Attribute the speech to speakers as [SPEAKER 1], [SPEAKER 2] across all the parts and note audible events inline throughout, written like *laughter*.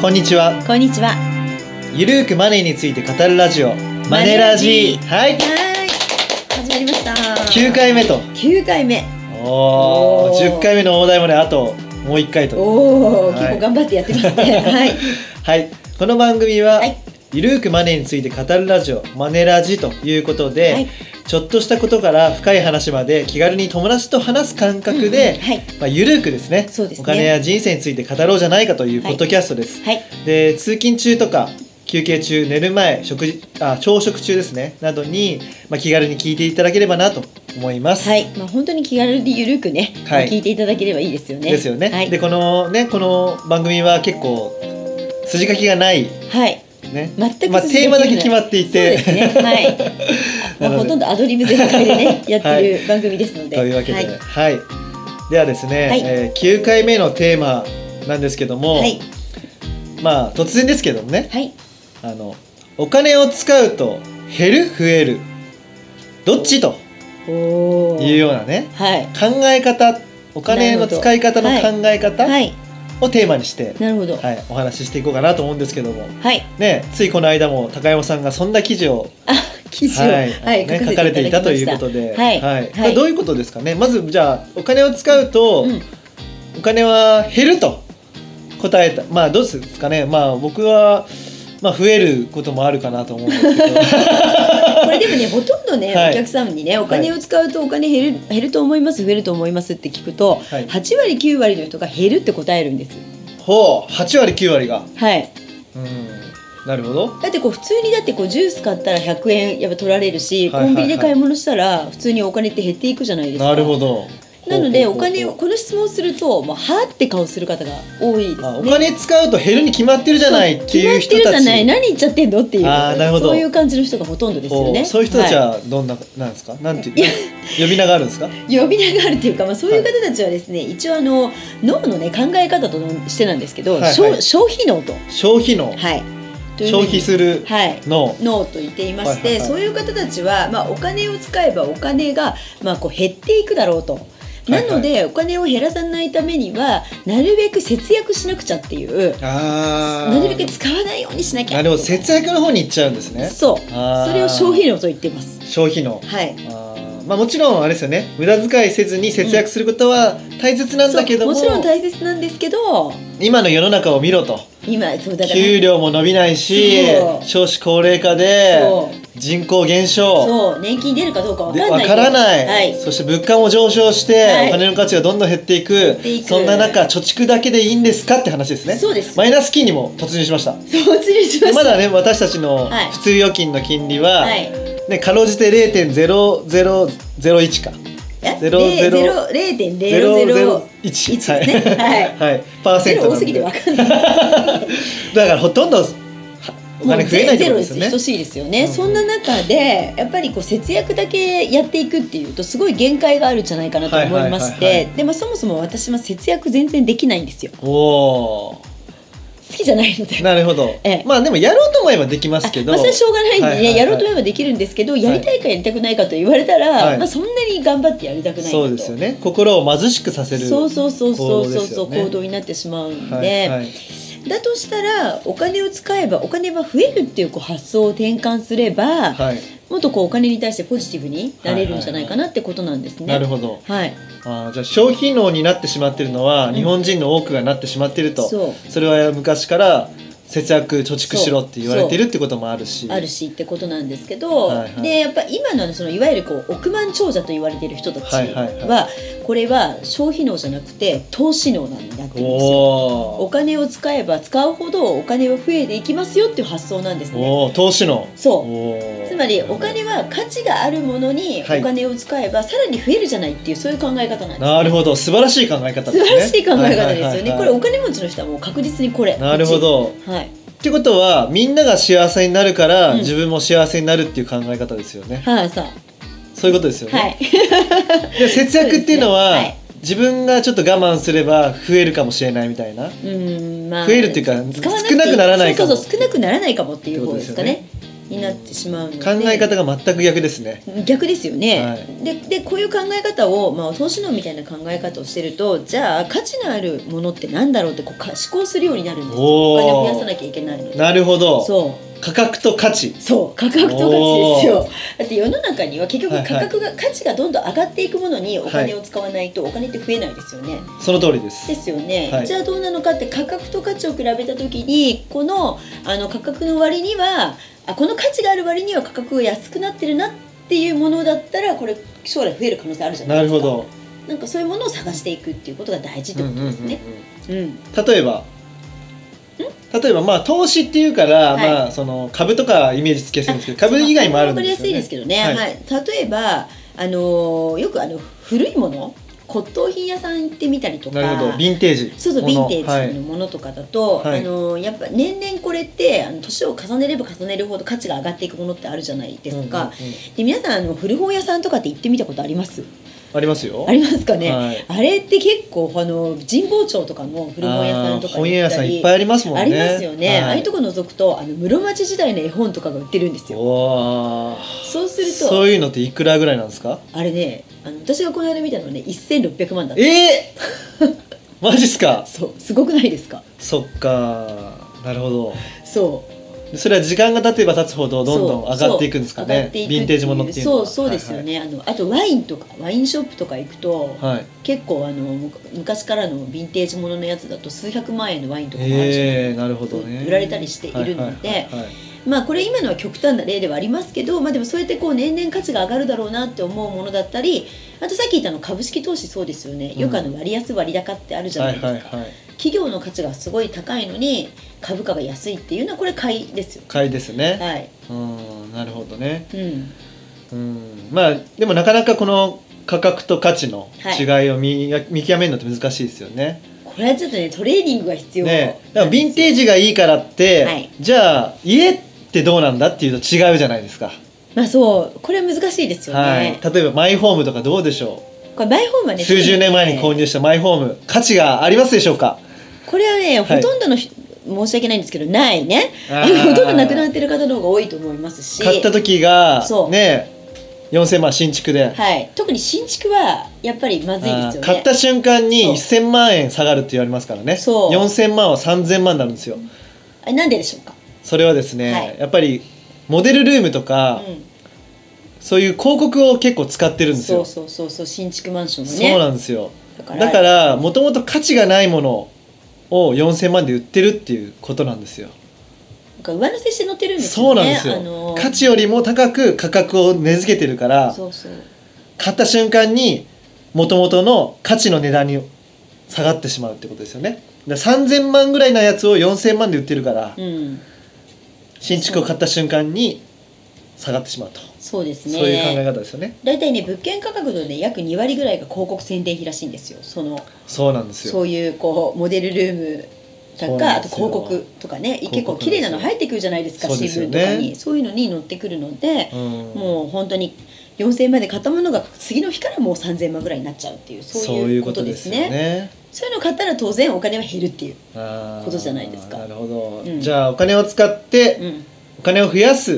[SPEAKER 1] こんにちは。
[SPEAKER 2] こんにちは。
[SPEAKER 1] ゆるーくマネーについて語るラジオ、マネラジー。はい。
[SPEAKER 2] はい。始まりました。
[SPEAKER 1] 9。回目と。
[SPEAKER 2] 九回目。
[SPEAKER 1] お
[SPEAKER 2] お
[SPEAKER 1] ー、
[SPEAKER 2] ー
[SPEAKER 1] 10回目の大台まであともう1回と。
[SPEAKER 2] おお、
[SPEAKER 1] はい
[SPEAKER 2] 結構頑張ってやってますね。
[SPEAKER 1] *laughs*
[SPEAKER 2] はい。
[SPEAKER 1] はい。この番組は、
[SPEAKER 2] はい
[SPEAKER 1] ゆるーくマネーについて語るラジオ、マネラジーということで、
[SPEAKER 2] はい
[SPEAKER 1] ちょっとしたことから深い話まで気軽に友達と話す感覚
[SPEAKER 2] うん
[SPEAKER 1] で、
[SPEAKER 2] はい。
[SPEAKER 1] まあ、ゆるーくですね
[SPEAKER 2] そうですね
[SPEAKER 1] お金や人生について語ろうじゃないかというポ
[SPEAKER 2] はい
[SPEAKER 1] ッドキャストです、
[SPEAKER 2] はい。
[SPEAKER 1] で通勤中とか休憩中寝る前食事あ朝食中ですねなどに、まあ、気軽に聞いていただければなと思います、
[SPEAKER 2] はい。まあ本当に気軽にゆるくね、
[SPEAKER 1] はい
[SPEAKER 2] 聞いていただければいいですよね。
[SPEAKER 1] ですよね、
[SPEAKER 2] はい。
[SPEAKER 1] でこのねこの番組は結構筋書きがない
[SPEAKER 2] はい。
[SPEAKER 1] ね
[SPEAKER 2] 全く
[SPEAKER 1] まあ、テーマだけ決ま
[SPEAKER 2] っ
[SPEAKER 1] ってい
[SPEAKER 2] そうで
[SPEAKER 1] て
[SPEAKER 2] すね。はい。
[SPEAKER 1] *laughs*
[SPEAKER 2] ま
[SPEAKER 1] なので
[SPEAKER 2] あほとんどアドリブ全開
[SPEAKER 1] *laughs*
[SPEAKER 2] でね、やってる番組ですので。
[SPEAKER 1] というわけで、
[SPEAKER 2] は。
[SPEAKER 1] はいいではですね、
[SPEAKER 2] はい
[SPEAKER 1] え9回目のテーマなんですけども、
[SPEAKER 2] はい。
[SPEAKER 1] まあ突然ですけどもね
[SPEAKER 2] はい。
[SPEAKER 1] あのお金を使うと減る増えるどっちと
[SPEAKER 2] おお。
[SPEAKER 1] いうようなね
[SPEAKER 2] はい。
[SPEAKER 1] 考え方お金の使い方の
[SPEAKER 2] なるほ
[SPEAKER 1] 考え方
[SPEAKER 2] はい。
[SPEAKER 1] をテーマにして、
[SPEAKER 2] なるほど。はい。
[SPEAKER 1] はい、お話ししていこうかなと思うんですけども、ね、ついこの間も高山さんがそんな記事を、
[SPEAKER 2] あ、記事を、
[SPEAKER 1] はい
[SPEAKER 2] はい、
[SPEAKER 1] ね、
[SPEAKER 2] 書
[SPEAKER 1] 書
[SPEAKER 2] か
[SPEAKER 1] かれ
[SPEAKER 2] れて
[SPEAKER 1] て
[SPEAKER 2] い
[SPEAKER 1] い
[SPEAKER 2] た
[SPEAKER 1] た
[SPEAKER 2] だ
[SPEAKER 1] と
[SPEAKER 2] き
[SPEAKER 1] いう
[SPEAKER 2] ま
[SPEAKER 1] こ
[SPEAKER 2] した
[SPEAKER 1] とで、
[SPEAKER 2] はい
[SPEAKER 1] これどういうことですかねまずじゃあお金を使うと、
[SPEAKER 2] うん、
[SPEAKER 1] お金は減ると答えたまあどうですかねまあ僕は、まあ、増えることもあるかなと思うんです
[SPEAKER 2] *laughs*
[SPEAKER 1] けど
[SPEAKER 2] これでもねほとんどね、
[SPEAKER 1] はい
[SPEAKER 2] お客様にねお金を使うとお金減る減ると思います増えると思いますって聞くと、
[SPEAKER 1] はい
[SPEAKER 2] 8割9割の人が減るって答えるんです
[SPEAKER 1] ほう8割9割が
[SPEAKER 2] はい
[SPEAKER 1] うんなるほど
[SPEAKER 2] だってこう普通にだってこうジュース買ったら100円やっぱ取られるし、
[SPEAKER 1] はいはいはい
[SPEAKER 2] コンビニで買い物したら普通にお金って減っていくじゃないですか
[SPEAKER 1] なるほど
[SPEAKER 2] なので
[SPEAKER 1] ほう
[SPEAKER 2] お
[SPEAKER 1] ほうほう
[SPEAKER 2] 金をこの質問をするともうはーって顔する方が多いです
[SPEAKER 1] あお
[SPEAKER 2] ね
[SPEAKER 1] 金使うと減るに決まってるじゃないっていう人
[SPEAKER 2] 決ま
[SPEAKER 1] た
[SPEAKER 2] って
[SPEAKER 1] ち
[SPEAKER 2] るじゃない何言っちゃってんのっていう
[SPEAKER 1] あーなるほど
[SPEAKER 2] そういう感じの人がほとんどですよ
[SPEAKER 1] こ
[SPEAKER 2] ね
[SPEAKER 1] うそういう人たち
[SPEAKER 2] は
[SPEAKER 1] はどんな、なんですかなんていう
[SPEAKER 2] いや
[SPEAKER 1] 呼び名があるんですか
[SPEAKER 2] 呼び名があるっていうか、まあ、そういう方たちはですね、一応あの脳のね考え方としてなんですけど、
[SPEAKER 1] はいはい
[SPEAKER 2] 消消費脳と,、
[SPEAKER 1] 消費の
[SPEAKER 2] はい、というふうに
[SPEAKER 1] 消費する
[SPEAKER 2] はい、
[SPEAKER 1] の
[SPEAKER 2] 脳と言っていまして、
[SPEAKER 1] はいはいはい
[SPEAKER 2] そういう方たちは、まあ、お金を使えばお金が、まあ、こう減っていくだろうと。なので、お金を減らさないためにはなるべく節約しなくちゃっていう
[SPEAKER 1] あ
[SPEAKER 2] なるべく
[SPEAKER 1] く
[SPEAKER 2] 使わないようにしなきゃ
[SPEAKER 1] なるほど節約の方に行っちゃうんですね
[SPEAKER 2] そう
[SPEAKER 1] あー
[SPEAKER 2] それを消費脳と言っています
[SPEAKER 1] 消費の
[SPEAKER 2] はい
[SPEAKER 1] あーまあもちろんあれですよね無駄遣いせずに節約することは大切なんだけども,、
[SPEAKER 2] そうもちろん大切なんですけど
[SPEAKER 1] 今の世の中を見ろと
[SPEAKER 2] 今そうだから
[SPEAKER 1] 給料も伸びないし
[SPEAKER 2] そう
[SPEAKER 1] 少子高齢化で
[SPEAKER 2] そう
[SPEAKER 1] 人口減少
[SPEAKER 2] そう年金出るかどうかわ
[SPEAKER 1] で
[SPEAKER 2] かんない
[SPEAKER 1] わからない、
[SPEAKER 2] はい
[SPEAKER 1] そして物価も上昇して、
[SPEAKER 2] はい
[SPEAKER 1] お金の価値がどんどん減っていく
[SPEAKER 2] っていく
[SPEAKER 1] そんな中貯蓄だけでいいんですかって話ですね
[SPEAKER 2] そうです
[SPEAKER 1] マイナス金にも突入しました
[SPEAKER 2] そう失礼しま
[SPEAKER 1] で
[SPEAKER 2] し
[SPEAKER 1] ま
[SPEAKER 2] た
[SPEAKER 1] だね私たちの
[SPEAKER 2] はい
[SPEAKER 1] 普通預金の金利は、
[SPEAKER 2] はい
[SPEAKER 1] ね、かろうじて0.0001か
[SPEAKER 2] え
[SPEAKER 1] ゼロゼロ
[SPEAKER 2] 零点零ロゼロ
[SPEAKER 1] 001
[SPEAKER 2] 一ですねはい
[SPEAKER 1] *laughs* はい、パーセ
[SPEAKER 2] ゼ
[SPEAKER 1] ント
[SPEAKER 2] ロ多
[SPEAKER 1] なん
[SPEAKER 2] すぎて
[SPEAKER 1] で
[SPEAKER 2] わかんない
[SPEAKER 1] だからほとんどはお金増えないって
[SPEAKER 2] ゼ
[SPEAKER 1] ことで
[SPEAKER 2] ロで
[SPEAKER 1] す
[SPEAKER 2] す
[SPEAKER 1] よね
[SPEAKER 2] 等しいですよね、
[SPEAKER 1] うん
[SPEAKER 2] そんな中でやっぱりこう節約だけやっていくっていうとすごい限界があるんじゃないかなと思いまし
[SPEAKER 1] はいはいはい
[SPEAKER 2] てでまあそもそも私は節約全然できないんですよ
[SPEAKER 1] おお
[SPEAKER 2] 好きじゃないので
[SPEAKER 1] なるほど、
[SPEAKER 2] ええ
[SPEAKER 1] まあでもやろうと思えばできま
[SPEAKER 2] あ
[SPEAKER 1] すけど
[SPEAKER 2] まあ、それはしょうがないんでね、
[SPEAKER 1] はいはいはい
[SPEAKER 2] やろうと思えばできるんですけどやりたいかやりたくないかと言われたら、
[SPEAKER 1] はい
[SPEAKER 2] まあ、そんなに頑張ってやりたくないなと
[SPEAKER 1] そうですよね心を貧しくさせる
[SPEAKER 2] そうそうそうそうそ
[SPEAKER 1] 行動で
[SPEAKER 2] うそう
[SPEAKER 1] すよね
[SPEAKER 2] 行動になってしまうんで、
[SPEAKER 1] はいはい
[SPEAKER 2] だとしたらお金を使えばお金は増えるっていうこう発想を転換すれば、
[SPEAKER 1] はい、
[SPEAKER 2] もっとこうお金に対してポジティブになれるんじゃないかなってことなんですね。
[SPEAKER 1] な
[SPEAKER 2] はい
[SPEAKER 1] るほどあーじゃあ消費能になってしまってるのは、
[SPEAKER 2] うん
[SPEAKER 1] 日本人の多くがなってしまってると
[SPEAKER 2] そ
[SPEAKER 1] それは昔から節約貯蓄しろって言われてるってこともあるし
[SPEAKER 2] うあるしってことなんですけど、
[SPEAKER 1] はいはい
[SPEAKER 2] でやっぱ今のあのそのいわゆるこう億万長者と言われている人たちは、
[SPEAKER 1] はいはい
[SPEAKER 2] これは消費能じゃなくて投資能なんだっていうんですよ。
[SPEAKER 1] お
[SPEAKER 2] お
[SPEAKER 1] ー
[SPEAKER 2] 金を使えば使うほどお金は増えていきますよっていう発想なんですね。
[SPEAKER 1] おー投資の
[SPEAKER 2] そ
[SPEAKER 1] う
[SPEAKER 2] うつまりお金は価値があるものにお
[SPEAKER 1] はい
[SPEAKER 2] 金を使えばさらに増えるじゃないっていうそういう考え方なんです、
[SPEAKER 1] なるほど素晴らしい考え方です
[SPEAKER 2] 素
[SPEAKER 1] ね
[SPEAKER 2] 晴らしい考え方ですよね
[SPEAKER 1] はい
[SPEAKER 2] こ
[SPEAKER 1] はいはい
[SPEAKER 2] れお金持ちの人はもう確実にこれ
[SPEAKER 1] なるほど
[SPEAKER 2] はい
[SPEAKER 1] ってことはみんなが幸せになるから、
[SPEAKER 2] うん
[SPEAKER 1] 自分も幸せになるっていう考え方ですよね
[SPEAKER 2] はいさ
[SPEAKER 1] そういうことですよ
[SPEAKER 2] あは
[SPEAKER 1] ね、
[SPEAKER 2] い
[SPEAKER 1] で節約っていうのは
[SPEAKER 2] そうですねはい
[SPEAKER 1] 自分がちょっと我慢すれば増えるかもしれないみたいな
[SPEAKER 2] うーんまあ
[SPEAKER 1] 増えるっていうか
[SPEAKER 2] 使わ
[SPEAKER 1] 少なくならないかも
[SPEAKER 2] そうそうそう少なくならないかもっていう方ですかねになってしまうので
[SPEAKER 1] 考え方が全く逆ですね
[SPEAKER 2] 逆ですよね、
[SPEAKER 1] は
[SPEAKER 2] ででこういう考え方を、まあ、投資のみたいな考え方をしてるとじゃあ価値のあるものってなんだろうってこうか思考するようになるんですよ
[SPEAKER 1] お
[SPEAKER 2] お
[SPEAKER 1] ー
[SPEAKER 2] 金を増やさなきゃいけないので
[SPEAKER 1] なるほど
[SPEAKER 2] そう
[SPEAKER 1] 価格と価値
[SPEAKER 2] そう価格と価値ですよだって世の中には結局
[SPEAKER 1] はいはい
[SPEAKER 2] 価格が、価値がどんどん上がっていくものにお
[SPEAKER 1] は
[SPEAKER 2] 金
[SPEAKER 1] い
[SPEAKER 2] を使わないとお金って増えないですよね、
[SPEAKER 1] その通りです
[SPEAKER 2] ですよね、
[SPEAKER 1] はい
[SPEAKER 2] じゃあどうなのかって価格と価値を比べた時にこのあの価格の割にはあこの価値がある割には価格が安くなってるなっていうものだったらこれ将来増える可能性あるじゃな
[SPEAKER 1] ない
[SPEAKER 2] で
[SPEAKER 1] る
[SPEAKER 2] すか
[SPEAKER 1] ほど、
[SPEAKER 2] なんかそういうものを探していくっていうことが大事って
[SPEAKER 1] うん
[SPEAKER 2] こ
[SPEAKER 1] うん
[SPEAKER 2] と
[SPEAKER 1] うんう
[SPEAKER 2] で
[SPEAKER 1] ん
[SPEAKER 2] すね、うん
[SPEAKER 1] 例えば例えばまあ投資っていうから、
[SPEAKER 2] はい
[SPEAKER 1] まあその株とかイメージつけやすいんですけど株
[SPEAKER 2] まあ
[SPEAKER 1] 以外もあるん
[SPEAKER 2] わか
[SPEAKER 1] で
[SPEAKER 2] りや
[SPEAKER 1] す
[SPEAKER 2] すい
[SPEAKER 1] よ
[SPEAKER 2] で
[SPEAKER 1] ね
[SPEAKER 2] すけどね、
[SPEAKER 1] は
[SPEAKER 2] はいい例えば、あのーよくあの古いもの骨董品屋さん行ってみたりとか
[SPEAKER 1] なるほどヴィンテージ
[SPEAKER 2] そうそう
[SPEAKER 1] も
[SPEAKER 2] ヴ
[SPEAKER 1] の
[SPEAKER 2] ィンテージのものとかだと、
[SPEAKER 1] はい
[SPEAKER 2] あのやっぱ年々これってあの年を重ねれば重ねるほど価値が上がっていくものってあるじゃないですか、
[SPEAKER 1] はいうんうんうん
[SPEAKER 2] で皆さんあの古本屋さんとかって行ってみたことあります
[SPEAKER 1] ありますよ
[SPEAKER 2] ありますかね、
[SPEAKER 1] はい
[SPEAKER 2] あれって結構あの神保町とかの古本屋さんと
[SPEAKER 1] あー
[SPEAKER 2] か
[SPEAKER 1] 本屋
[SPEAKER 2] 行っ
[SPEAKER 1] さ
[SPEAKER 2] た
[SPEAKER 1] んいっ
[SPEAKER 2] り
[SPEAKER 1] ぱいありますもんね
[SPEAKER 2] ありますよね、ああいうと
[SPEAKER 1] こ
[SPEAKER 2] こ覗くとあの室町時代の絵本とかが売ってるんですよ
[SPEAKER 1] おー
[SPEAKER 2] そうすると
[SPEAKER 1] そういうのっていくらぐらいなんですか
[SPEAKER 2] あれねあの私がこの間見たのはね1600万だった
[SPEAKER 1] えー、 *laughs* マジっすか
[SPEAKER 2] そうすごくないですか
[SPEAKER 1] そっかなるほど
[SPEAKER 2] そう
[SPEAKER 1] それは時間が経てば経つほどどんどん
[SPEAKER 2] そう
[SPEAKER 1] 上がっていくんですか
[SPEAKER 2] そう上
[SPEAKER 1] ね
[SPEAKER 2] が
[SPEAKER 1] ヴ
[SPEAKER 2] っていく
[SPEAKER 1] ィンテージものっていうの
[SPEAKER 2] そ
[SPEAKER 1] は
[SPEAKER 2] うそうですよね、あのあとワインとかワインショップとか行く
[SPEAKER 1] は
[SPEAKER 2] と、
[SPEAKER 1] い、はいはい
[SPEAKER 2] 結構あのむ昔からのヴィンテージもののやつだと数百万円のワインとかもあるし、
[SPEAKER 1] えー、なるほどね
[SPEAKER 2] 売られたりしているので
[SPEAKER 1] はいはいはいはい
[SPEAKER 2] まあこれ今のは極端な例ではありますけど、まあ、でもそうやってこう年々価値が上がるだろうなって思うものだったりあとさっき言ったの株式投資そうですよねよくあの割安割高ってあるじゃないですか、
[SPEAKER 1] はいはいはい
[SPEAKER 2] 企業の価値がすごい高いのに株価が安いっていうのはこれ買いですよ
[SPEAKER 1] 買いですね、
[SPEAKER 2] はい、
[SPEAKER 1] うんなるほどね
[SPEAKER 2] うん、
[SPEAKER 1] うんまあでもなかなかこの価格と価値の違いを見,、見極めるのって難しいですよね。
[SPEAKER 2] これはちょっとねトレーニングが必要
[SPEAKER 1] ねだからヴィンテージがいいからって、
[SPEAKER 2] はい
[SPEAKER 1] じゃあ家ってどうなんだっていうと違うじゃないですか。
[SPEAKER 2] まあそうこれは難しいですよ
[SPEAKER 1] はい、
[SPEAKER 2] ね、
[SPEAKER 1] 例えばマイホームとかどうでしょ
[SPEAKER 2] これマイホームは
[SPEAKER 1] う、
[SPEAKER 2] ね
[SPEAKER 1] 数十年前に購入したマイホーム価値がありますでしょうか
[SPEAKER 2] これはね
[SPEAKER 1] はい
[SPEAKER 2] ほとんどの人、申し訳ないんですけどないね
[SPEAKER 1] あ
[SPEAKER 2] あ
[SPEAKER 1] ー
[SPEAKER 2] のほとんどなくなってる方の方が多いと思いますし
[SPEAKER 1] 買った時が
[SPEAKER 2] そう
[SPEAKER 1] ね4000万新築で、
[SPEAKER 2] はい、特に新築はやっぱりまずいです
[SPEAKER 1] あ
[SPEAKER 2] よね
[SPEAKER 1] ー買った瞬間に
[SPEAKER 2] そ
[SPEAKER 1] 1000万円下がるって言われますからね
[SPEAKER 2] そう
[SPEAKER 1] 4000万は3000万になるんですよ。
[SPEAKER 2] あなんででしょうか、
[SPEAKER 1] それはですね、
[SPEAKER 2] はい
[SPEAKER 1] やっぱりモデルルームとか、
[SPEAKER 2] う
[SPEAKER 1] そういう広告を結構使ってるん
[SPEAKER 2] ん、
[SPEAKER 1] です
[SPEAKER 2] そう
[SPEAKER 1] よ。
[SPEAKER 2] そうそうそう新築マンションのね
[SPEAKER 1] そうなんですよ。
[SPEAKER 2] だから
[SPEAKER 1] だからもともと価値がないものを4000万で売ってるっていうことなんですよ。
[SPEAKER 2] なんか上乗せして乗ってるんです
[SPEAKER 1] そう
[SPEAKER 2] よ
[SPEAKER 1] な
[SPEAKER 2] ね
[SPEAKER 1] んですよ、
[SPEAKER 2] あの
[SPEAKER 1] 価値よりも高く価格を値付けてるから、
[SPEAKER 2] そうそう
[SPEAKER 1] 買った瞬間にもともとの価値の値段に下がってしまうってことですよね。だから3000万ぐらいのやつを4000万で売ってるから、
[SPEAKER 2] うん
[SPEAKER 1] 新築を買った瞬間に下がってしまうと。
[SPEAKER 2] そうですね
[SPEAKER 1] そういう考え方ですよね。
[SPEAKER 2] 大体ね物件価格のね約2割ぐらいが広告宣伝費らしいんですよその
[SPEAKER 1] そうなんですよ。
[SPEAKER 2] そういうこうモデルルーム
[SPEAKER 1] そ
[SPEAKER 2] と
[SPEAKER 1] うな
[SPEAKER 2] か
[SPEAKER 1] ん
[SPEAKER 2] あ
[SPEAKER 1] で
[SPEAKER 2] と
[SPEAKER 1] すよ
[SPEAKER 2] 広告とかね
[SPEAKER 1] 告
[SPEAKER 2] 結構綺麗なの入ってくるじゃないですか
[SPEAKER 1] そうです
[SPEAKER 2] 新
[SPEAKER 1] よ
[SPEAKER 2] 聞とか
[SPEAKER 1] ね
[SPEAKER 2] にそういうのに載ってくるので、
[SPEAKER 1] うん
[SPEAKER 2] もう本当に4000円まで買ったものが次の日からもう3000円ぐらいになっちゃうっていう
[SPEAKER 1] そう
[SPEAKER 2] そうい
[SPEAKER 1] いうう
[SPEAKER 2] こ
[SPEAKER 1] ことと
[SPEAKER 2] で
[SPEAKER 1] ですす
[SPEAKER 2] ね
[SPEAKER 1] よ
[SPEAKER 2] そう
[SPEAKER 1] ね。
[SPEAKER 2] いうのを買ったら当然お金は減るっていう、
[SPEAKER 1] あー
[SPEAKER 2] ことじゃないですか
[SPEAKER 1] なるほど、
[SPEAKER 2] うん
[SPEAKER 1] じゃあお金を使っ
[SPEAKER 2] う
[SPEAKER 1] て
[SPEAKER 2] ん、
[SPEAKER 1] お金を増やすっ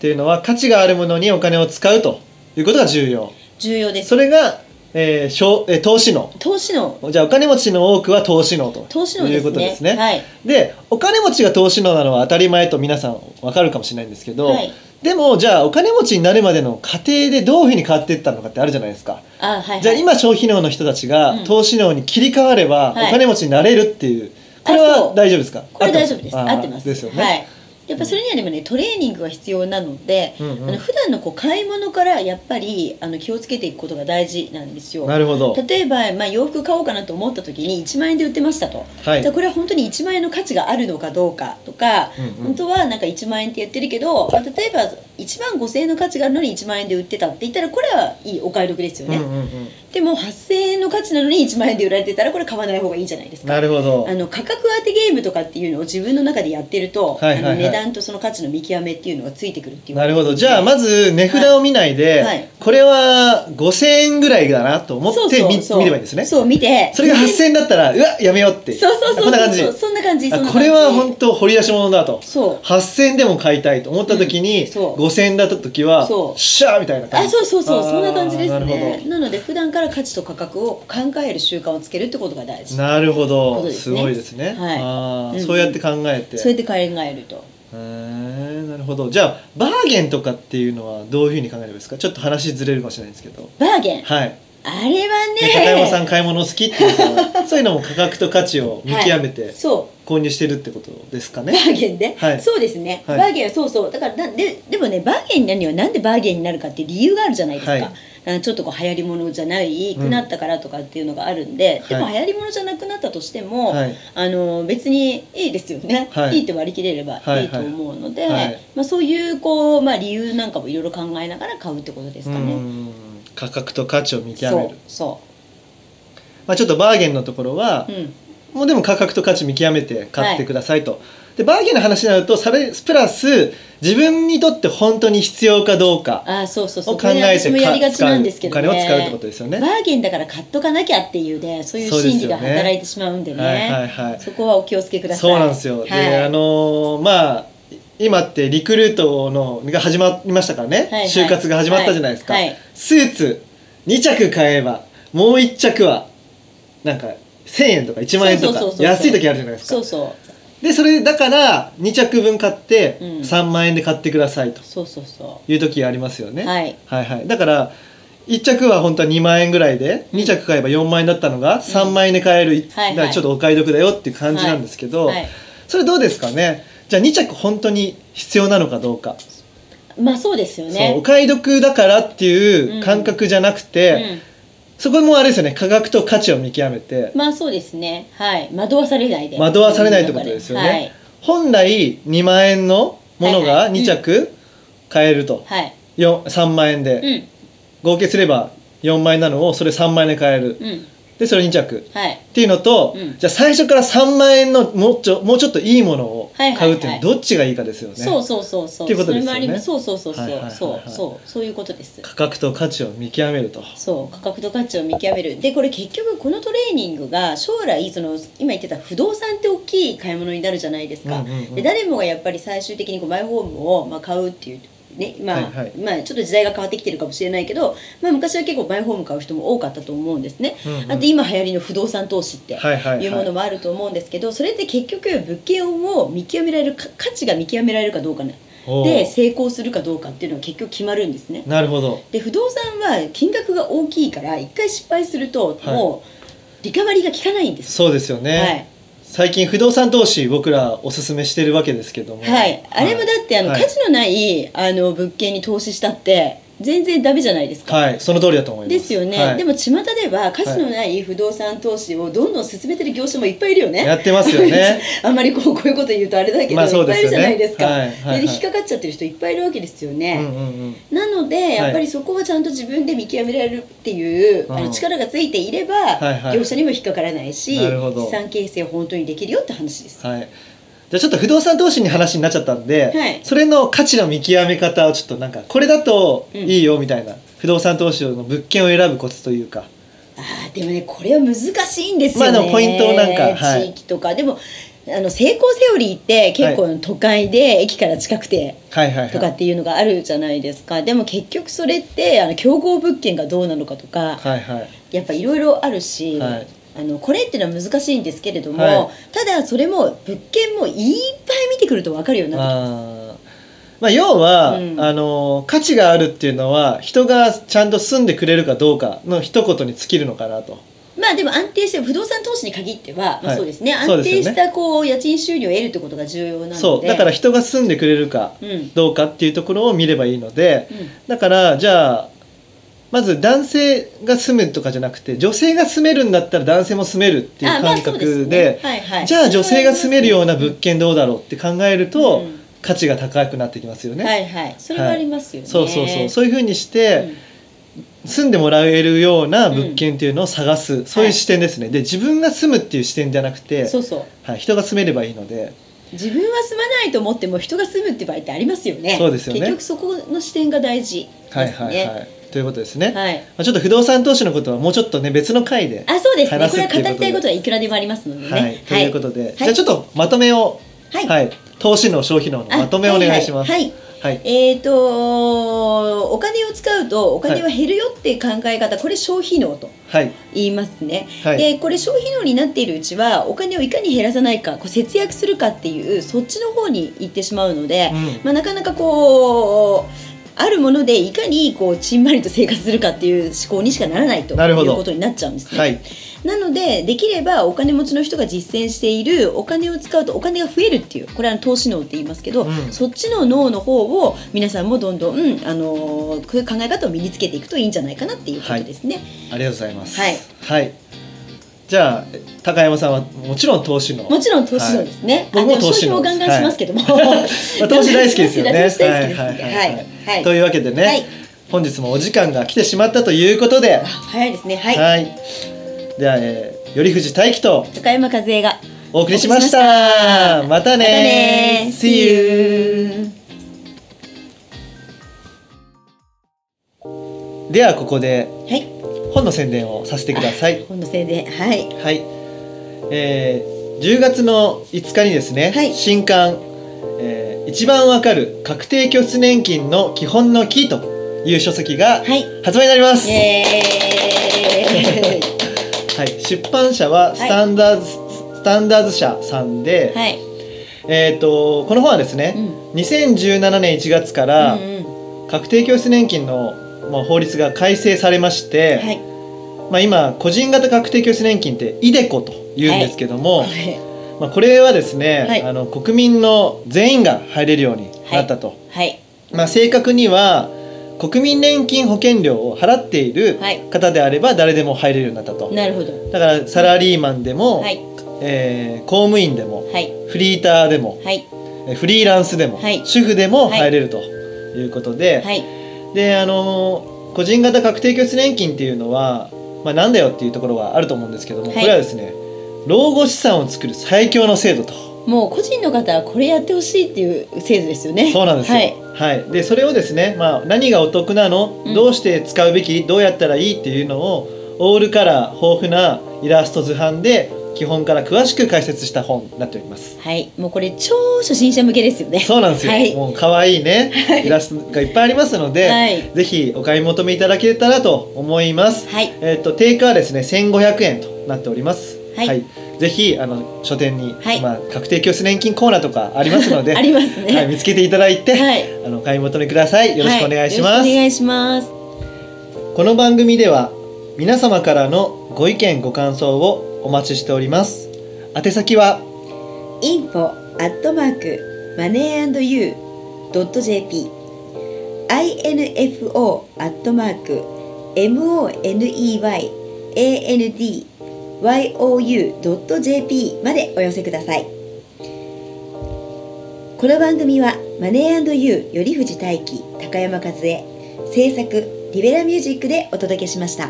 [SPEAKER 1] ていうのは価値があるものにお金を使うということが重要。
[SPEAKER 2] 重要です
[SPEAKER 1] それが、えーしょうえー投資の
[SPEAKER 2] 投資の
[SPEAKER 1] じゃあお金持ちの多くは投資のと
[SPEAKER 2] 投資の
[SPEAKER 1] い
[SPEAKER 2] で
[SPEAKER 1] うこ
[SPEAKER 2] す
[SPEAKER 1] とで
[SPEAKER 2] ね
[SPEAKER 1] すね。
[SPEAKER 2] はい、
[SPEAKER 1] でお金持ちが投資のなのは当たり前と皆さんわかるかもしれないんですけど、
[SPEAKER 2] はい、
[SPEAKER 1] でもじゃあお金持ちになるまでの過程でどういうふうに変わっていったのかってあるじゃないですか。
[SPEAKER 2] あはい、はい、
[SPEAKER 1] じゃあ今消費能の人たち
[SPEAKER 2] う
[SPEAKER 1] が
[SPEAKER 2] ん
[SPEAKER 1] 投資能に切り替わればお
[SPEAKER 2] はい
[SPEAKER 1] 金持ちになれるっていう、これ
[SPEAKER 2] あ
[SPEAKER 1] は
[SPEAKER 2] そう
[SPEAKER 1] 大丈夫ですか
[SPEAKER 2] これ大丈夫です
[SPEAKER 1] あー
[SPEAKER 2] 合ってます
[SPEAKER 1] ですよね、
[SPEAKER 2] はい、やっぱそれにはでもねトレーニングが必要なので、
[SPEAKER 1] うんうん
[SPEAKER 2] あの普段のこう買い物からやっぱりあの気をつけていくことが大事なんですよ
[SPEAKER 1] なるほど
[SPEAKER 2] 例えば、まあ、洋服買おうかなと思った時に1万円で売ってましたと、
[SPEAKER 1] はい
[SPEAKER 2] じゃあこれは本当に1万円の価値があるのかどうかとか、
[SPEAKER 1] うんうん
[SPEAKER 2] 本当はなんか1万円って言ってるけど、まあ例えば1万5,000円の価値があるのに1万円で売ってたって言ったらこれはいいお買い得ですよ
[SPEAKER 1] うんうん
[SPEAKER 2] ね、
[SPEAKER 1] うん
[SPEAKER 2] でも8,000円の価値なのに1万円で売られてたらこれ買わない方がいいじゃないですか
[SPEAKER 1] なるほど
[SPEAKER 2] あの価格当てゲームとかっていうのを自分の中でやってると、
[SPEAKER 1] はいはいはい
[SPEAKER 2] あの値段とその価値の見極めっていうのがついてくるっていう
[SPEAKER 1] なるほどじゃあまず値札を見ないで、
[SPEAKER 2] はい
[SPEAKER 1] これは5000円ぐらいだなと思って
[SPEAKER 2] そう
[SPEAKER 1] み
[SPEAKER 2] そうそう
[SPEAKER 1] 見ればいいんですねそ
[SPEAKER 2] そう見て
[SPEAKER 1] れが8000円だったらうわやめようって
[SPEAKER 2] そうそうそうそう
[SPEAKER 1] こんな感じ
[SPEAKER 2] そうそんな感じそんな
[SPEAKER 1] あ
[SPEAKER 2] 感じ
[SPEAKER 1] これは本当掘り出し物だと
[SPEAKER 2] そう
[SPEAKER 1] 8000円でも買いたいと思った時に、
[SPEAKER 2] うんそう
[SPEAKER 1] 5000円だった時は
[SPEAKER 2] そう
[SPEAKER 1] シャーみたいな感じ
[SPEAKER 2] あそうそうそう
[SPEAKER 1] あー
[SPEAKER 2] そんな感じです
[SPEAKER 1] な
[SPEAKER 2] ね
[SPEAKER 1] る
[SPEAKER 2] なので普段から価値と価格を考える習慣をつけるってことが大
[SPEAKER 1] ほど
[SPEAKER 2] 事
[SPEAKER 1] なるほ
[SPEAKER 2] こ
[SPEAKER 1] どす,、
[SPEAKER 2] とですね
[SPEAKER 1] ごいですね、
[SPEAKER 2] はい
[SPEAKER 1] あー
[SPEAKER 2] うん
[SPEAKER 1] そうやって考えて
[SPEAKER 2] そうやって考えると
[SPEAKER 1] へーなるほどじゃあバーゲンとかっていうのはどういうふうに考えればいいですかちょっと話ずれるかもしれないですけど
[SPEAKER 2] バーゲン
[SPEAKER 1] はい、
[SPEAKER 2] あれ
[SPEAKER 1] ね、
[SPEAKER 2] は
[SPEAKER 1] 高山さ
[SPEAKER 2] ね
[SPEAKER 1] ん買い物好きっていうからそういうのも価格と価値を見極めて
[SPEAKER 2] そう
[SPEAKER 1] 購入してるってことですか
[SPEAKER 2] バ
[SPEAKER 1] ね、
[SPEAKER 2] ーゲンで、
[SPEAKER 1] はい
[SPEAKER 2] そうですね、
[SPEAKER 1] はい
[SPEAKER 2] バーゲンはそうそうだからなででもねバーゲンになるにはなんでバーゲンになるかっていう理由があるじゃないですか、
[SPEAKER 1] はい
[SPEAKER 2] あのちょっとこう流行りものじゃないくなったからとかっていうのがあるんで、
[SPEAKER 1] うん
[SPEAKER 2] でも
[SPEAKER 1] はい
[SPEAKER 2] 流行りものじゃなくなったとしても、
[SPEAKER 1] はい
[SPEAKER 2] あの別にいいですよね、
[SPEAKER 1] はい
[SPEAKER 2] い、いって割り切れれば
[SPEAKER 1] はい
[SPEAKER 2] いいと思うので、
[SPEAKER 1] はい
[SPEAKER 2] まあ、そういうこう、まあ、理由なんかもいろいろ考えながら買うってことですか
[SPEAKER 1] う
[SPEAKER 2] ね。
[SPEAKER 1] ん価格と価値を見極
[SPEAKER 2] そ
[SPEAKER 1] め
[SPEAKER 2] う
[SPEAKER 1] る、
[SPEAKER 2] そ
[SPEAKER 1] まあ、ちょっとバーゲンのところは
[SPEAKER 2] う、、うん、
[SPEAKER 1] もうでも価格と価値見極めて買ってくださいと、でバーゲンの話になるとそれプラス自分にとって本当に必要かどうか
[SPEAKER 2] あーそうそうそ
[SPEAKER 1] を
[SPEAKER 2] う
[SPEAKER 1] 考えて
[SPEAKER 2] これ私もやりがち
[SPEAKER 1] 使
[SPEAKER 2] な
[SPEAKER 1] うん
[SPEAKER 2] ですけ
[SPEAKER 1] お
[SPEAKER 2] どね
[SPEAKER 1] 金を使うってことですよね
[SPEAKER 2] バーゲンだから買っとかなきゃっていうねそういう
[SPEAKER 1] そうですよ
[SPEAKER 2] 心
[SPEAKER 1] ね
[SPEAKER 2] 理が働いてしまうんでねそ
[SPEAKER 1] はいはいはい
[SPEAKER 2] こはお気をつけください
[SPEAKER 1] そうなんですよ、
[SPEAKER 2] はい、
[SPEAKER 1] であのーまあ今ってリクルートのが始まりましたからね、
[SPEAKER 2] はいはい
[SPEAKER 1] 就活が始まったじゃないですか、
[SPEAKER 2] はいはい
[SPEAKER 1] スーツ2着買えばもう1着はなんか1000円とか1万円とか
[SPEAKER 2] そうそうそうそう
[SPEAKER 1] 安い時あるじゃないですか
[SPEAKER 2] そうそう
[SPEAKER 1] でそれだから2着分買って
[SPEAKER 2] うん
[SPEAKER 1] 3万円で買ってくださいと
[SPEAKER 2] そうそうそ
[SPEAKER 1] いう時がありますよね、
[SPEAKER 2] うはい
[SPEAKER 1] はいはいだから1着は本当は2万円ぐらいで2着買えば4万円だったのが3万円で買える、
[SPEAKER 2] はいはい
[SPEAKER 1] だからちょっとお買い得だよっていう感じなんですけど、
[SPEAKER 2] はい
[SPEAKER 1] それどうですかねじゃあ2着本当に必要なのかどうか、
[SPEAKER 2] まあそうですよ
[SPEAKER 1] そうお
[SPEAKER 2] ね
[SPEAKER 1] 買い得だからっていう感覚じゃなくて、
[SPEAKER 2] うん
[SPEAKER 1] そこもあれですよね価格と価値を見極めて、
[SPEAKER 2] まあそうですねはい惑わされないで
[SPEAKER 1] 惑わされないってことですよね
[SPEAKER 2] はい
[SPEAKER 1] 本来2万円のもの
[SPEAKER 2] はい
[SPEAKER 1] が
[SPEAKER 2] はい
[SPEAKER 1] 2着買えると、
[SPEAKER 2] はい
[SPEAKER 1] よ3万円で、
[SPEAKER 2] うん
[SPEAKER 1] 合計すれば4万円なのをそれ3万円で買える
[SPEAKER 2] うん
[SPEAKER 1] でそれ2着
[SPEAKER 2] はい
[SPEAKER 1] っていうのと、
[SPEAKER 2] うん
[SPEAKER 1] じゃあ最初から3万円のもうちょもうちょっといいものを
[SPEAKER 2] はいはい
[SPEAKER 1] 買
[SPEAKER 2] はい
[SPEAKER 1] うっていうのはどっちがいいかですよね、
[SPEAKER 2] そうそうそうそう
[SPEAKER 1] っていうことですよね
[SPEAKER 2] それもありますそうそうそうそう、
[SPEAKER 1] はいはいはいはい
[SPEAKER 2] そうそうそういうことです
[SPEAKER 1] 価格と価値を見極めると
[SPEAKER 2] そう価格と価値を見極めるでこれ結局このトレーニングが将来その今言ってた不動産って大きい買い物になるじゃないですか、
[SPEAKER 1] うんうんうん
[SPEAKER 2] で誰もがやっぱり最終的にこうマイホームをまあ買うっていうねま
[SPEAKER 1] は
[SPEAKER 2] あ
[SPEAKER 1] いはい
[SPEAKER 2] まあ、ちょっと時代が変わってきてるかもしれないけど、まあ、昔は結構マイホーム買う人も多かったと思うんですね、
[SPEAKER 1] うんうん
[SPEAKER 2] あと今流行りの不動産投資って
[SPEAKER 1] はいはいはい
[SPEAKER 2] いうものもあると思うんですけど、それって結局物件を見極められるか価値が見極められるかどうかな
[SPEAKER 1] おー
[SPEAKER 2] で成功するかどうかっていうのが結局決まるんですね
[SPEAKER 1] なるほど
[SPEAKER 2] で不動産は金額が大きいから一回失敗すると
[SPEAKER 1] はい
[SPEAKER 2] もうリカバリーが効かないんです、
[SPEAKER 1] そうですよね、
[SPEAKER 2] はい
[SPEAKER 1] 最近不動産投資僕らおすすめしてるわけですけども
[SPEAKER 2] はい、あれもだってあの、
[SPEAKER 1] はい
[SPEAKER 2] 価値のないあの物件に投資したって全然ダメじゃないですか、
[SPEAKER 1] はいその通りだと思います
[SPEAKER 2] ですよね、
[SPEAKER 1] はい
[SPEAKER 2] でも巷では価値のない不動産投資をどんどん進めてる業者もいっぱいいるよね、
[SPEAKER 1] やってますよね
[SPEAKER 2] *laughs* あんまりこうこういうこと言うとあれだけど、
[SPEAKER 1] まあそう
[SPEAKER 2] いっ
[SPEAKER 1] で
[SPEAKER 2] ぱいい
[SPEAKER 1] す
[SPEAKER 2] る
[SPEAKER 1] よ
[SPEAKER 2] じゃな
[SPEAKER 1] ね
[SPEAKER 2] いですか、
[SPEAKER 1] はいはいはい
[SPEAKER 2] で引っかかっちゃってる人いっぱいいるわけですよね、
[SPEAKER 1] うんうんうん
[SPEAKER 2] なので、やっぱりそこはちゃんと自分で見極められるっていう、
[SPEAKER 1] うん
[SPEAKER 2] あの力がついていれば、
[SPEAKER 1] いはい
[SPEAKER 2] 業者にも引っかからないし
[SPEAKER 1] なるほど
[SPEAKER 2] 資産形成を本当にできるよって話です。
[SPEAKER 1] はいじゃあちょっと不動産投資に話になっちゃったんで、
[SPEAKER 2] はい
[SPEAKER 1] それの価値の見極め方をちょっとなんかこれだといいよみたいな、不動産投資の物件を選ぶコツというか
[SPEAKER 2] あーでもねこれは難しいんですよね。
[SPEAKER 1] まあでもポイントをなんかはい
[SPEAKER 2] 地域とか、でもあの成功セオリーって結構都会で駅から近くて
[SPEAKER 1] はいはいはい
[SPEAKER 2] とかっていうのがあるじゃないですか。でも結局それってあの競合物件がどうなのかとか、
[SPEAKER 1] はいはい
[SPEAKER 2] やっぱいろいろあるし、
[SPEAKER 1] はい
[SPEAKER 2] あのこれっていうのは難しいんですけれども、
[SPEAKER 1] は
[SPEAKER 2] ただそれも物件もいっぱい見てくると分かるようになって
[SPEAKER 1] あーまあ要は、
[SPEAKER 2] うん
[SPEAKER 1] あの価値があるっていうのは人がちゃんと住んでくれるかどうかの一言に尽きるのかなと
[SPEAKER 2] まあでも安定して不動産投資に限っては、ま
[SPEAKER 1] は
[SPEAKER 2] あ、
[SPEAKER 1] い
[SPEAKER 2] そうですね、
[SPEAKER 1] そうで
[SPEAKER 2] 安
[SPEAKER 1] すよね
[SPEAKER 2] 定したこう家賃収入を得るってことが重要なので
[SPEAKER 1] そうだから人が住んでくれるか
[SPEAKER 2] うんうん
[SPEAKER 1] どうかっていうところを見ればいいのでだからじゃあまず男性が住むとかじゃなくて女性が住めるんだったら男性も住めるっていう
[SPEAKER 2] あまあ
[SPEAKER 1] 感
[SPEAKER 2] そうす
[SPEAKER 1] 覚
[SPEAKER 2] ね
[SPEAKER 1] で
[SPEAKER 2] はいはい
[SPEAKER 1] じゃあ女性が住めるような物件どうだろうって考えると、
[SPEAKER 2] うん
[SPEAKER 1] 価値が高くなってきますよね。
[SPEAKER 2] はいはいそれはありますよね、
[SPEAKER 1] そうそうそう
[SPEAKER 2] う
[SPEAKER 1] そういうふうにして、
[SPEAKER 2] ん
[SPEAKER 1] 住んでもらえるような物件っていうのを探す、そういう視点ですね、で自分が住むっていう視点じゃなくて、
[SPEAKER 2] そうそう
[SPEAKER 1] はい、人が住めればいいので
[SPEAKER 2] 自分は住まないと思っても人が住むって場合ってありますよね
[SPEAKER 1] そうですよね
[SPEAKER 2] 結局そこの視点が大事です
[SPEAKER 1] は
[SPEAKER 2] ね
[SPEAKER 1] いはいはいということですね、ま
[SPEAKER 2] はい
[SPEAKER 1] あ、ちょっと不動産投資のことはもうちょっとね別の回で、
[SPEAKER 2] あそうですね
[SPEAKER 1] 話
[SPEAKER 2] こ
[SPEAKER 1] す
[SPEAKER 2] れ
[SPEAKER 1] っ
[SPEAKER 2] は
[SPEAKER 1] ていうことで
[SPEAKER 2] 語りたいことはいくらでもありますのでね
[SPEAKER 1] はいということで、じゃあちょっとまとめを
[SPEAKER 2] はい
[SPEAKER 1] はい、投資の消費の
[SPEAKER 2] あ
[SPEAKER 1] まとめをお願いします
[SPEAKER 2] はいはいはい
[SPEAKER 1] はい
[SPEAKER 2] えー、とお金を使うとお金は減るよっていう考え方、これ消費能と
[SPEAKER 1] はい
[SPEAKER 2] 言いますね、
[SPEAKER 1] はい
[SPEAKER 2] でこれ消費能になっているうちはお金をいかに減らさないかこう節約するかっていうそっちの方に行ってしまうので、
[SPEAKER 1] うん
[SPEAKER 2] まあ、なかなかこうあるものでいかにこうちんまりと生活するかっていう思考にしかならないと
[SPEAKER 1] なるほど
[SPEAKER 2] いうことになっちゃうんですね。
[SPEAKER 1] はい
[SPEAKER 2] なのでできればお金持ちの人が実践しているお金を使うとお金が増えるっていうこれは投資能って言いますけど、
[SPEAKER 1] うん
[SPEAKER 2] そっちの脳の方を皆さんもどんどん、あのーこういう考え方を身につけていくといいんじゃないかなっていうことですね。
[SPEAKER 1] ありがとうございます
[SPEAKER 2] はい、
[SPEAKER 1] はい、じゃあえ高山さんはもちろん投資の
[SPEAKER 2] もちろん投資能ですね。
[SPEAKER 1] はい
[SPEAKER 2] あの
[SPEAKER 1] 僕も投資能
[SPEAKER 2] 消費もガンガンしますけども、 *laughs*
[SPEAKER 1] まあ投資大好きですよね
[SPEAKER 2] 投資大
[SPEAKER 1] はいはい
[SPEAKER 2] 好きですね。は
[SPEAKER 1] い
[SPEAKER 2] は
[SPEAKER 1] はいい
[SPEAKER 2] はい
[SPEAKER 1] というわけでね、
[SPEAKER 2] はい
[SPEAKER 1] 本日もお時間が来てしまったということで
[SPEAKER 2] あ早いですね。はい。
[SPEAKER 1] では、えー、頼藤大樹と
[SPEAKER 2] 高山和恵が
[SPEAKER 1] お送りしましたまた
[SPEAKER 2] また
[SPEAKER 1] ね
[SPEAKER 2] ね
[SPEAKER 1] See you
[SPEAKER 2] you.
[SPEAKER 1] ではここで
[SPEAKER 2] はい。
[SPEAKER 1] 本の宣伝をさせてください
[SPEAKER 2] 本のせいで、はい。
[SPEAKER 1] はい、えー10月の5日にですね、
[SPEAKER 2] はい
[SPEAKER 1] 新刊、えー一番わかる確定拠出年金の基本のキー」という書籍が
[SPEAKER 2] はい。
[SPEAKER 1] 発売になります、
[SPEAKER 2] イエーイ。
[SPEAKER 1] *laughs* はい、出版社はスタンダーズ、スタンダーズ社さんで、
[SPEAKER 2] はい。
[SPEAKER 1] えー、とこの本はですね、
[SPEAKER 2] う
[SPEAKER 1] 2017年1月から
[SPEAKER 2] うんうん
[SPEAKER 1] 確定拠出年金の、まあ、法律が改正されまして、
[SPEAKER 2] はい。
[SPEAKER 1] まあ、今個人型確定拠出年金ってイデコというんですけども、
[SPEAKER 2] これ
[SPEAKER 1] まあ、これはですね、
[SPEAKER 2] はい
[SPEAKER 1] あの国民の全員が入れるようになったと、
[SPEAKER 2] はい。
[SPEAKER 1] まあ、正確には国民年金保険料を払っている
[SPEAKER 2] はい
[SPEAKER 1] 方であれば誰でも入れるようになったと、
[SPEAKER 2] なるほど。
[SPEAKER 1] だからサラリーマンでも、
[SPEAKER 2] はい。
[SPEAKER 1] えー公務員でも
[SPEAKER 2] はい。
[SPEAKER 1] フリーターでも
[SPEAKER 2] はい。
[SPEAKER 1] えーフリーランスでも、
[SPEAKER 2] はい
[SPEAKER 1] 主婦でも
[SPEAKER 2] はい
[SPEAKER 1] 入れるということで、
[SPEAKER 2] はい。
[SPEAKER 1] であのー個人型確定拠出年金っていうのは、まあ、なんだよっていうところはあると思うんですけども、
[SPEAKER 2] はい
[SPEAKER 1] これはですね老後資産を作る最強の制度と。
[SPEAKER 2] もう個人の方はこれやってほしいっていう制度ですよね。
[SPEAKER 1] そうなんですよ。
[SPEAKER 2] は
[SPEAKER 1] はいい。、で、それをですね、まあ、何がお得なの、
[SPEAKER 2] うん
[SPEAKER 1] どうして使うべき、どうやったらいいっていうのを。オールカラー豊富なイラスト図版で、基本から詳しく解説した本になっております。
[SPEAKER 2] はい。もうこれ超初心者向けですよね。
[SPEAKER 1] そうなんですよ。
[SPEAKER 2] はい
[SPEAKER 1] もう可愛いね、イラストがいっぱいありますので、
[SPEAKER 2] はい。
[SPEAKER 1] ぜひお買い求めいただけたらと思います。
[SPEAKER 2] はい。
[SPEAKER 1] えっ、と、定価はですね、1500円となっております。
[SPEAKER 2] はい
[SPEAKER 1] ぜひ、あの、書店に、
[SPEAKER 2] はい
[SPEAKER 1] まあ、確定拠出年金コーナーとかありますので。
[SPEAKER 2] *laughs* あります
[SPEAKER 1] はい、
[SPEAKER 2] ね。
[SPEAKER 1] 見つけていただいて、
[SPEAKER 2] はい。
[SPEAKER 1] あのお買い求めください。よろしくお願いします。
[SPEAKER 2] はいよろしくお願いします。
[SPEAKER 1] この番組では皆様からのご意見ご感想をお待ちしております。宛先は
[SPEAKER 2] info アットマークマネー and you ドット jp info アットマーク money and you ドット jp までお寄せくださいこの番組はマネー and you より藤大輝高山和恵制作リベラミュージックでお届けしました。